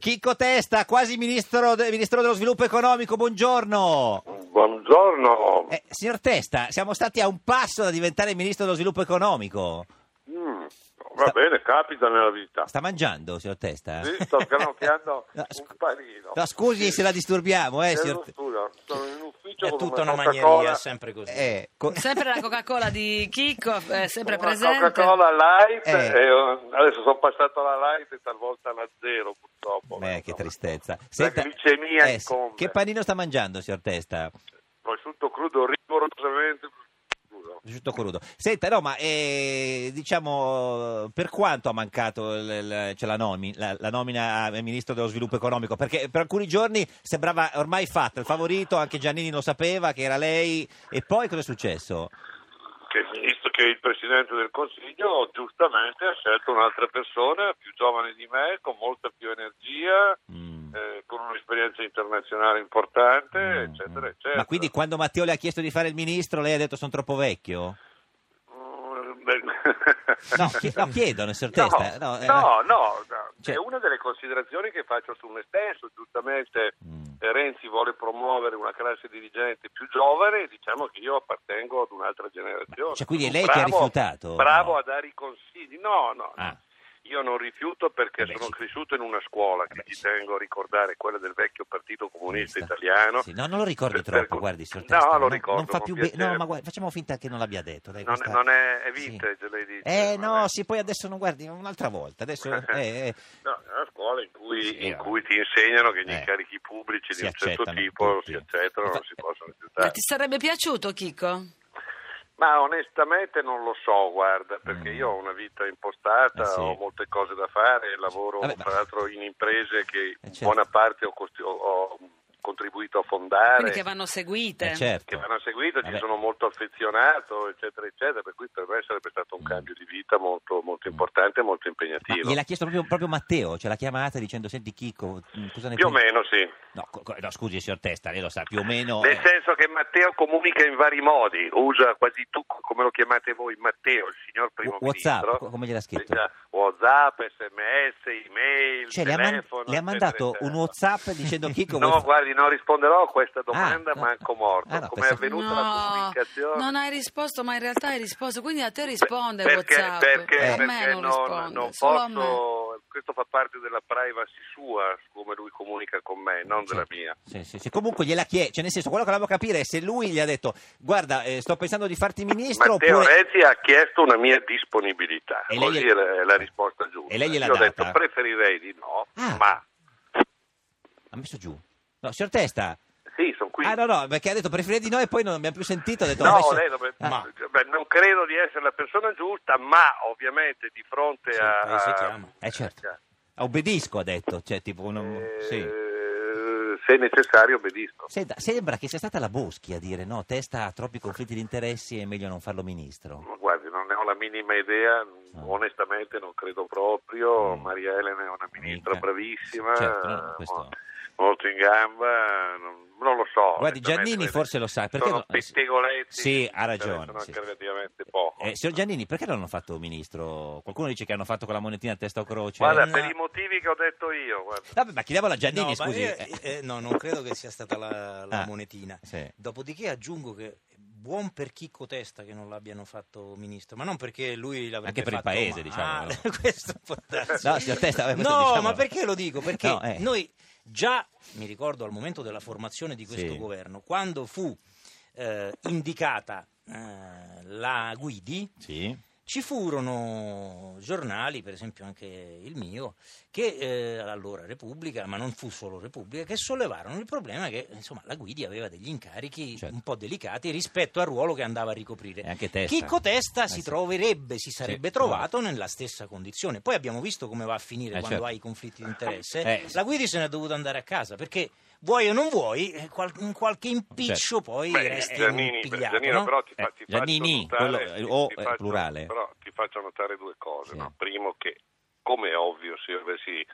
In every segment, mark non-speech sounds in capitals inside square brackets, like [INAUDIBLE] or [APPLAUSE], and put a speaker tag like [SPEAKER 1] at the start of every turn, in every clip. [SPEAKER 1] Chicco Testa, quasi ministro, de- ministro dello sviluppo economico, buongiorno.
[SPEAKER 2] Buongiorno.
[SPEAKER 1] Eh, signor Testa, siamo stati a un passo da diventare ministro dello sviluppo economico.
[SPEAKER 2] Mm, Va bene, capita nella vita.
[SPEAKER 1] Sta mangiando, signor Testa?
[SPEAKER 2] Sì, sto granocchiando
[SPEAKER 1] [LAUGHS] No,
[SPEAKER 2] un
[SPEAKER 1] scu-
[SPEAKER 2] panino.
[SPEAKER 1] no, scusi se la disturbiamo, eh,
[SPEAKER 2] Sono in
[SPEAKER 1] signor Te-
[SPEAKER 2] studio, sono in ufficio
[SPEAKER 3] È
[SPEAKER 2] con
[SPEAKER 3] tutta una
[SPEAKER 2] Coca-Cola,
[SPEAKER 3] magneria, è sempre così.
[SPEAKER 1] eh, co-
[SPEAKER 4] Sempre
[SPEAKER 1] [LAUGHS]
[SPEAKER 4] la Coca-Cola di Chicco, eh, sempre
[SPEAKER 2] una
[SPEAKER 4] presente.
[SPEAKER 2] Coca-Cola light
[SPEAKER 1] Eh.
[SPEAKER 2] e eh, adesso sono passato alla light e talvolta alla zero purtroppo.
[SPEAKER 1] Eh,
[SPEAKER 2] Eh,
[SPEAKER 1] che
[SPEAKER 2] no.
[SPEAKER 1] tristezza.
[SPEAKER 2] La glicemia
[SPEAKER 1] eh,
[SPEAKER 2] incombe.
[SPEAKER 1] che panino sta mangiando, signor Testa?
[SPEAKER 2] Prosciutto crudo rigorosamente crudo.
[SPEAKER 1] Prosciutto crudo. Senta, no, ma eh, diciamo, per quanto ha mancato il- il- cioè, la, nomi- la- la nomina al ministro dello sviluppo economico? Perché per alcuni giorni sembrava ormai fatta, il favorito, anche Giannini lo sapeva che era lei, e poi cosa è successo?
[SPEAKER 2] Che il ministro- che il Presidente del Consiglio giustamente ha scelto un'altra persona più giovane di me, con molta più energia,
[SPEAKER 1] Mm.
[SPEAKER 2] eh, con un'esperienza internazionale importante,
[SPEAKER 1] Mm,
[SPEAKER 2] eccetera,
[SPEAKER 1] mm.
[SPEAKER 2] eccetera.
[SPEAKER 1] Ma quindi quando Matteo le ha chiesto di fare il ministro, lei ha detto sono troppo vecchio?
[SPEAKER 2] Mm, beh.
[SPEAKER 1] No, chi- no, chiedono, signor
[SPEAKER 2] No,
[SPEAKER 1] Testa.
[SPEAKER 2] no,
[SPEAKER 1] eh,
[SPEAKER 2] no,
[SPEAKER 1] Cioè-
[SPEAKER 2] è una delle considerazioni che faccio su me stesso, giustamente
[SPEAKER 1] Mm.
[SPEAKER 2] eh, Renzi vuole promuovere una classe dirigente più giovane, diciamo che io appartengo ad un'altra generazione.
[SPEAKER 1] Cioè, quindi è
[SPEAKER 2] Sono
[SPEAKER 1] lei che ha
[SPEAKER 2] bravo-
[SPEAKER 1] rifiutato?
[SPEAKER 2] Bravo
[SPEAKER 1] No.
[SPEAKER 2] a dare i consigli, no, no, no.
[SPEAKER 1] Ah.
[SPEAKER 2] Io non rifiuto perché
[SPEAKER 1] Vabbè,
[SPEAKER 2] sono
[SPEAKER 1] sì. Eh
[SPEAKER 2] cresciuto in una scuola che ci tengo a ricordare, quella del vecchio Partito Comunista
[SPEAKER 1] Comunista.
[SPEAKER 2] Italiano.
[SPEAKER 1] Sì, no, non lo ricordi
[SPEAKER 2] Per-
[SPEAKER 1] troppo,
[SPEAKER 2] per-
[SPEAKER 1] guardi, signor
[SPEAKER 2] No,
[SPEAKER 1] Testa,
[SPEAKER 2] lo
[SPEAKER 1] non-
[SPEAKER 2] ricordo.
[SPEAKER 1] Non fa
[SPEAKER 2] con
[SPEAKER 1] più be-
[SPEAKER 2] piacere.
[SPEAKER 1] no, ma guarda, facciamo finta che non l'abbia detto. dai,
[SPEAKER 2] Non è-
[SPEAKER 1] questa-
[SPEAKER 2] non è- è
[SPEAKER 1] Sì.
[SPEAKER 2] vintage, lei dice,
[SPEAKER 1] Eh
[SPEAKER 2] non
[SPEAKER 1] no,
[SPEAKER 2] è-
[SPEAKER 1] sì, poi adesso non guardi, un'altra volta.
[SPEAKER 2] [LAUGHS]
[SPEAKER 1] Adesso eh, eh,
[SPEAKER 2] No, è una scuola in cui,
[SPEAKER 1] Sì,
[SPEAKER 2] in
[SPEAKER 1] eh.
[SPEAKER 2] cui ti insegnano che gli
[SPEAKER 1] Eh.
[SPEAKER 2] incarichi pubblici
[SPEAKER 1] Si
[SPEAKER 2] di un certo
[SPEAKER 1] accettano
[SPEAKER 2] tipo
[SPEAKER 1] tutti. eh,
[SPEAKER 2] si accettano, non
[SPEAKER 1] Infa-
[SPEAKER 2] si possono
[SPEAKER 4] Ma
[SPEAKER 2] rifiutare.
[SPEAKER 4] ti sarebbe piaciuto Chicco?
[SPEAKER 2] Eh, Ma onestamente non lo so, guarda, perché
[SPEAKER 1] Mm.
[SPEAKER 2] io ho una vita impostata,
[SPEAKER 1] Eh sì.
[SPEAKER 2] ho molte cose da fare, lavoro
[SPEAKER 1] Vabbè, ma-
[SPEAKER 2] tra l'altro in imprese che in
[SPEAKER 1] certo.
[SPEAKER 2] buona parte ho, costi- ho- ho contribuito a fondare.
[SPEAKER 4] Quindi che vanno seguite.
[SPEAKER 1] eh, certo.
[SPEAKER 2] che vanno seguito, ci
[SPEAKER 1] Vabbè.
[SPEAKER 2] sono molto affezionato, eccetera, eccetera, per cui per me sarebbe stato un
[SPEAKER 1] Mm.
[SPEAKER 2] cambio di vita molto, molto importante e molto
[SPEAKER 1] Ma
[SPEAKER 2] impegnativo.
[SPEAKER 1] gliel'ha chiesto proprio, proprio Matteo, cioè l'ha chiamata dicendo senti Chicco, mh, cosa ne
[SPEAKER 2] Più o
[SPEAKER 1] pensi?"
[SPEAKER 2] meno sì.
[SPEAKER 1] No, co- co- no, scusi signor Testa, lei lo sa, più o meno...
[SPEAKER 2] Nel
[SPEAKER 1] eh,
[SPEAKER 2] senso che Matteo comunica in vari modi, usa quasi tu, come lo chiamate voi, Matteo, il signor primo
[SPEAKER 1] Wh- WhatsApp,
[SPEAKER 2] ministro.
[SPEAKER 1] co- come gliel'ha scritto?
[SPEAKER 2] Eh, Whatsapp, sms, email,
[SPEAKER 1] cioè, le ha, man-
[SPEAKER 2] telefono.
[SPEAKER 1] le ha
[SPEAKER 2] eccetera,
[SPEAKER 1] mandato
[SPEAKER 2] eccetera.
[SPEAKER 1] un Whatsapp
[SPEAKER 2] [LAUGHS]
[SPEAKER 1] dicendo Chicco...
[SPEAKER 2] No,
[SPEAKER 1] vuoi-
[SPEAKER 2] guardi, non risponderò a questa domanda,
[SPEAKER 1] Ah, no.
[SPEAKER 2] manco morto.
[SPEAKER 1] Ah, no,
[SPEAKER 2] come è
[SPEAKER 1] pensavo-
[SPEAKER 2] avvenuta la comunicazione?
[SPEAKER 4] non hai risposto, ma in realtà hai risposto, quindi a te risponde
[SPEAKER 2] perché,
[SPEAKER 4] WhatsApp.
[SPEAKER 2] Perché,
[SPEAKER 1] Eh.
[SPEAKER 4] a me
[SPEAKER 2] perché
[SPEAKER 4] non,
[SPEAKER 2] non,
[SPEAKER 4] risponde,
[SPEAKER 2] non
[SPEAKER 4] solo a me.
[SPEAKER 2] posso, questo fa parte della privacy sua, come lui comunica con me, non della
[SPEAKER 1] Sì,
[SPEAKER 2] mia.
[SPEAKER 1] Sì, sì, sì. Comunque gliela chiede, cioè nel senso, quello che volevo capire è se lui gli ha detto guarda, eh, sto pensando di farti ministro
[SPEAKER 2] Matteo eh.
[SPEAKER 1] oppure...
[SPEAKER 2] Renzi ha chiesto una mia disponibilità,
[SPEAKER 1] eh. E lei
[SPEAKER 2] così
[SPEAKER 1] gliel-
[SPEAKER 2] è la, è la risposta giusta.
[SPEAKER 1] E lei gliel'ha
[SPEAKER 2] Io ho
[SPEAKER 1] data?
[SPEAKER 2] detto preferirei di no,
[SPEAKER 1] Ah.
[SPEAKER 2] ma
[SPEAKER 1] Ha messo giù. No, signor Testa...
[SPEAKER 2] sì, sono qui.
[SPEAKER 1] Ah no, no, perché ha detto preferire di noi e poi non abbiamo più sentito. Ha detto,
[SPEAKER 2] No,
[SPEAKER 1] adesso-
[SPEAKER 2] lei dovrebbe-
[SPEAKER 1] Ah.
[SPEAKER 3] Ma-
[SPEAKER 2] beh, non credo di essere la persona giusta, ma ovviamente di fronte
[SPEAKER 3] Sì, il
[SPEAKER 2] a... Cioè,
[SPEAKER 3] paese chiama.
[SPEAKER 1] Eh certo, obbedisco ha detto, cioè tipo uno...
[SPEAKER 2] Eh,
[SPEAKER 1] Sì.
[SPEAKER 2] Se necessario obbedisco.
[SPEAKER 1] Senta, sembra che sia stata la Boschi a dire no, testa ha troppi conflitti di interessi è meglio non farlo ministro.
[SPEAKER 2] Ma Guardi, non ne ho la minima idea, onestamente non credo proprio.
[SPEAKER 1] Ah. Mm.
[SPEAKER 2] Oh, Maria Elena è una ministra
[SPEAKER 1] Mica.
[SPEAKER 2] bravissima, Oh,
[SPEAKER 1] Certo, no, questo-
[SPEAKER 2] mo- molto in gamba, non, non lo so.
[SPEAKER 1] Guardi,
[SPEAKER 2] onestamente,
[SPEAKER 1] Giannini
[SPEAKER 2] vede.
[SPEAKER 1] forse lo sa, perché
[SPEAKER 2] sono
[SPEAKER 1] no- eh,
[SPEAKER 2] pettegoletti
[SPEAKER 1] Sì,
[SPEAKER 2] che
[SPEAKER 1] ha
[SPEAKER 2] mi
[SPEAKER 1] ragione,
[SPEAKER 2] interessano
[SPEAKER 1] sì.
[SPEAKER 2] anche relativamente poco.
[SPEAKER 1] Eh, signor Giannini, perché non hanno fatto ministro? Qualcuno dice che hanno fatto con la monetina a testa o croce.
[SPEAKER 2] Guarda,
[SPEAKER 3] no.
[SPEAKER 2] per i motivi che ho detto io, guarda.
[SPEAKER 1] Vabbè, ma chiediamola a
[SPEAKER 3] No,
[SPEAKER 1] Giannini,
[SPEAKER 3] ma
[SPEAKER 1] scusi.
[SPEAKER 3] io- eh, no, non credo che sia stata la, la
[SPEAKER 1] Ah,
[SPEAKER 3] monetina.
[SPEAKER 1] sì.
[SPEAKER 3] Dopodiché aggiungo che buon per Chicco Testa che non l'abbiano fatto ministro, ma non perché lui l'avrebbe
[SPEAKER 1] Anche per il
[SPEAKER 3] fatto
[SPEAKER 1] paese,
[SPEAKER 3] male. Ah,
[SPEAKER 1] diciamo,
[SPEAKER 3] [LAUGHS] questo può darsi.
[SPEAKER 1] No, signor Testa, vabbè, questo
[SPEAKER 3] No,
[SPEAKER 1] diciamolo.
[SPEAKER 3] ma perché lo dico? Perché
[SPEAKER 1] No, eh.
[SPEAKER 3] noi già, mi ricordo al momento della formazione di questo
[SPEAKER 1] Sì.
[SPEAKER 3] governo, quando fu eh, indicata eh, la Guidi,
[SPEAKER 1] Sì.
[SPEAKER 3] ci furono giornali, per esempio anche il mio, che eh, allora Repubblica, ma non fu solo Repubblica, che sollevarono il problema che insomma, la Guidi aveva degli incarichi
[SPEAKER 1] Certo.
[SPEAKER 3] un po' delicati rispetto al ruolo che andava a ricoprire.
[SPEAKER 1] E anche Testa.
[SPEAKER 3] Chicco Testa
[SPEAKER 1] Eh,
[SPEAKER 3] si
[SPEAKER 1] sì.
[SPEAKER 3] troverebbe, si sarebbe
[SPEAKER 1] Sì,
[SPEAKER 3] trovato nella stessa condizione. Poi abbiamo visto come va a finire
[SPEAKER 1] Eh,
[SPEAKER 3] quando
[SPEAKER 1] certo.
[SPEAKER 3] hai conflitti di interesse.
[SPEAKER 1] Eh, sì.
[SPEAKER 3] La Guidi se n'è dovuta andare a casa perché vuoi o non vuoi, eh, qual- un qualche impiccio
[SPEAKER 1] Certo.
[SPEAKER 3] poi
[SPEAKER 2] Beh,
[SPEAKER 3] resti
[SPEAKER 2] Giannini,
[SPEAKER 3] impigliato.
[SPEAKER 2] Giannino,
[SPEAKER 3] no?
[SPEAKER 2] però ti,
[SPEAKER 1] Eh,
[SPEAKER 2] fa- ti
[SPEAKER 1] Giannini,
[SPEAKER 2] faccio notare,
[SPEAKER 1] quello- o,
[SPEAKER 2] ti
[SPEAKER 1] eh,
[SPEAKER 2] faccio-
[SPEAKER 1] plurale.
[SPEAKER 2] Però ti faccio notare due cose.
[SPEAKER 1] Sì.
[SPEAKER 2] no? Primo che, come è ovvio, se io avessi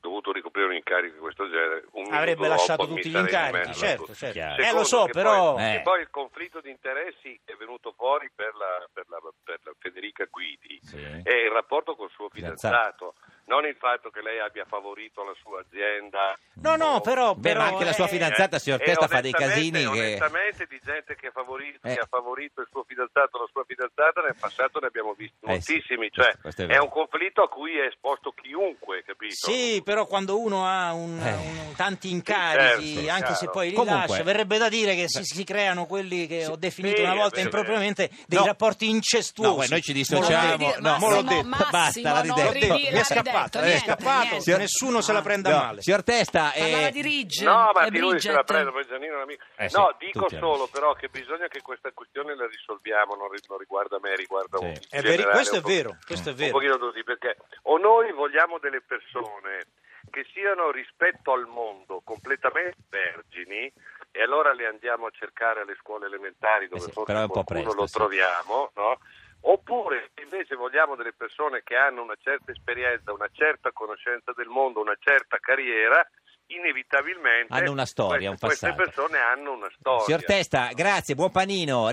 [SPEAKER 2] dovuto ricoprire un incarico di questo genere, un minuto
[SPEAKER 3] avrebbe
[SPEAKER 2] dopo
[SPEAKER 3] lasciato
[SPEAKER 2] mi
[SPEAKER 3] tutti gli
[SPEAKER 2] sarei
[SPEAKER 3] incarichi,
[SPEAKER 2] dimesso.
[SPEAKER 3] certo,
[SPEAKER 1] tutti.
[SPEAKER 3] certo.
[SPEAKER 1] Chiaro.
[SPEAKER 3] Eh,
[SPEAKER 2] Secondo,
[SPEAKER 3] lo so,
[SPEAKER 2] che
[SPEAKER 3] però
[SPEAKER 2] Poi, che
[SPEAKER 1] Eh.
[SPEAKER 2] poi il conflitto di interessi è venuto fuori per la, per la- per la Federica Guidi
[SPEAKER 1] Sì.
[SPEAKER 2] Eh, e il rapporto col suo
[SPEAKER 1] Fidanzato.
[SPEAKER 2] fidanzato. non il fatto che lei abbia favorito la sua azienda.
[SPEAKER 3] No, no,
[SPEAKER 2] o-
[SPEAKER 3] però...
[SPEAKER 1] Beh,
[SPEAKER 3] però,
[SPEAKER 1] ma anche la sua
[SPEAKER 3] eh,
[SPEAKER 2] Eh,
[SPEAKER 1] fidanzata, signor
[SPEAKER 2] e
[SPEAKER 1] Testa, fa dei
[SPEAKER 2] onestamente-
[SPEAKER 1] casini che...
[SPEAKER 2] Onestamente di gente che, ha favorito,
[SPEAKER 1] Eh.
[SPEAKER 2] che ha favorito il suo fidanzato o la sua fidanzata nel passato ne abbiamo visti
[SPEAKER 1] Eh sì,
[SPEAKER 2] moltissimi,
[SPEAKER 1] questo-
[SPEAKER 2] cioè
[SPEAKER 1] questo è
[SPEAKER 2] è,
[SPEAKER 1] vero.
[SPEAKER 2] un conflitto a cui è esposto chiunque, capito?
[SPEAKER 3] Sì, però quando uno ha un-
[SPEAKER 1] Eh.
[SPEAKER 3] un- tanti incarichi,
[SPEAKER 2] certo,
[SPEAKER 3] anche se
[SPEAKER 2] chiaro.
[SPEAKER 3] poi li
[SPEAKER 1] Comunque-
[SPEAKER 3] lascia, verrebbe da dire che si, si creano quelli che ho definito
[SPEAKER 2] Sì,
[SPEAKER 3] una
[SPEAKER 2] vabbè.
[SPEAKER 3] volta impropriamente dei
[SPEAKER 1] No.
[SPEAKER 3] rapporti incestuosi.
[SPEAKER 1] No, guarda, noi ci
[SPEAKER 4] Non
[SPEAKER 1] dissociamo.
[SPEAKER 4] dire-
[SPEAKER 1] No,
[SPEAKER 4] Massimo,
[SPEAKER 1] mo l'ho detto.
[SPEAKER 4] Massimo,
[SPEAKER 1] Basta, l'ha
[SPEAKER 4] non
[SPEAKER 1] ridetto.
[SPEAKER 4] ridire,
[SPEAKER 1] Mi è
[SPEAKER 4] l'ha
[SPEAKER 1] scappato.
[SPEAKER 4] ridetto,
[SPEAKER 1] eh.
[SPEAKER 4] niente, niente.
[SPEAKER 1] Signor-
[SPEAKER 3] Nessuno se la prenda
[SPEAKER 1] No,
[SPEAKER 3] male.
[SPEAKER 1] Signor Testa,
[SPEAKER 4] Parlava
[SPEAKER 1] eh,
[SPEAKER 4] di Ridge.
[SPEAKER 2] No, ma
[SPEAKER 4] eh,
[SPEAKER 2] di lui se la
[SPEAKER 4] Bridget.
[SPEAKER 2] prende, perché Giannino è un amico.
[SPEAKER 1] Eh sì,
[SPEAKER 2] no, dico
[SPEAKER 1] tutti hanno-
[SPEAKER 2] solo però che bisogna che questa questione la risolviamo, non, ri- non riguarda me, riguarda
[SPEAKER 1] Sì.
[SPEAKER 2] un
[SPEAKER 1] È
[SPEAKER 3] È veri-
[SPEAKER 2] generale,
[SPEAKER 3] questo è
[SPEAKER 2] un po-
[SPEAKER 3] vero, questo è
[SPEAKER 2] Mm. Un
[SPEAKER 3] vero.
[SPEAKER 2] pochino tutti, perché o noi vogliamo delle persone che siano rispetto al mondo completamente vergini e allora le andiamo a cercare alle scuole elementari dove
[SPEAKER 1] Eh sì,
[SPEAKER 2] forse
[SPEAKER 1] però è un po'
[SPEAKER 2] qualcuno
[SPEAKER 1] presto,
[SPEAKER 2] lo
[SPEAKER 1] sì.
[SPEAKER 2] troviamo, no? Oppure invece vogliamo delle persone che hanno una certa esperienza, una certa conoscenza del mondo, una certa carriera, inevitabilmente
[SPEAKER 1] hanno una storia, un
[SPEAKER 2] queste,
[SPEAKER 1] passato.
[SPEAKER 2] queste persone hanno una storia.
[SPEAKER 1] Signor Testa, grazie, buon panino.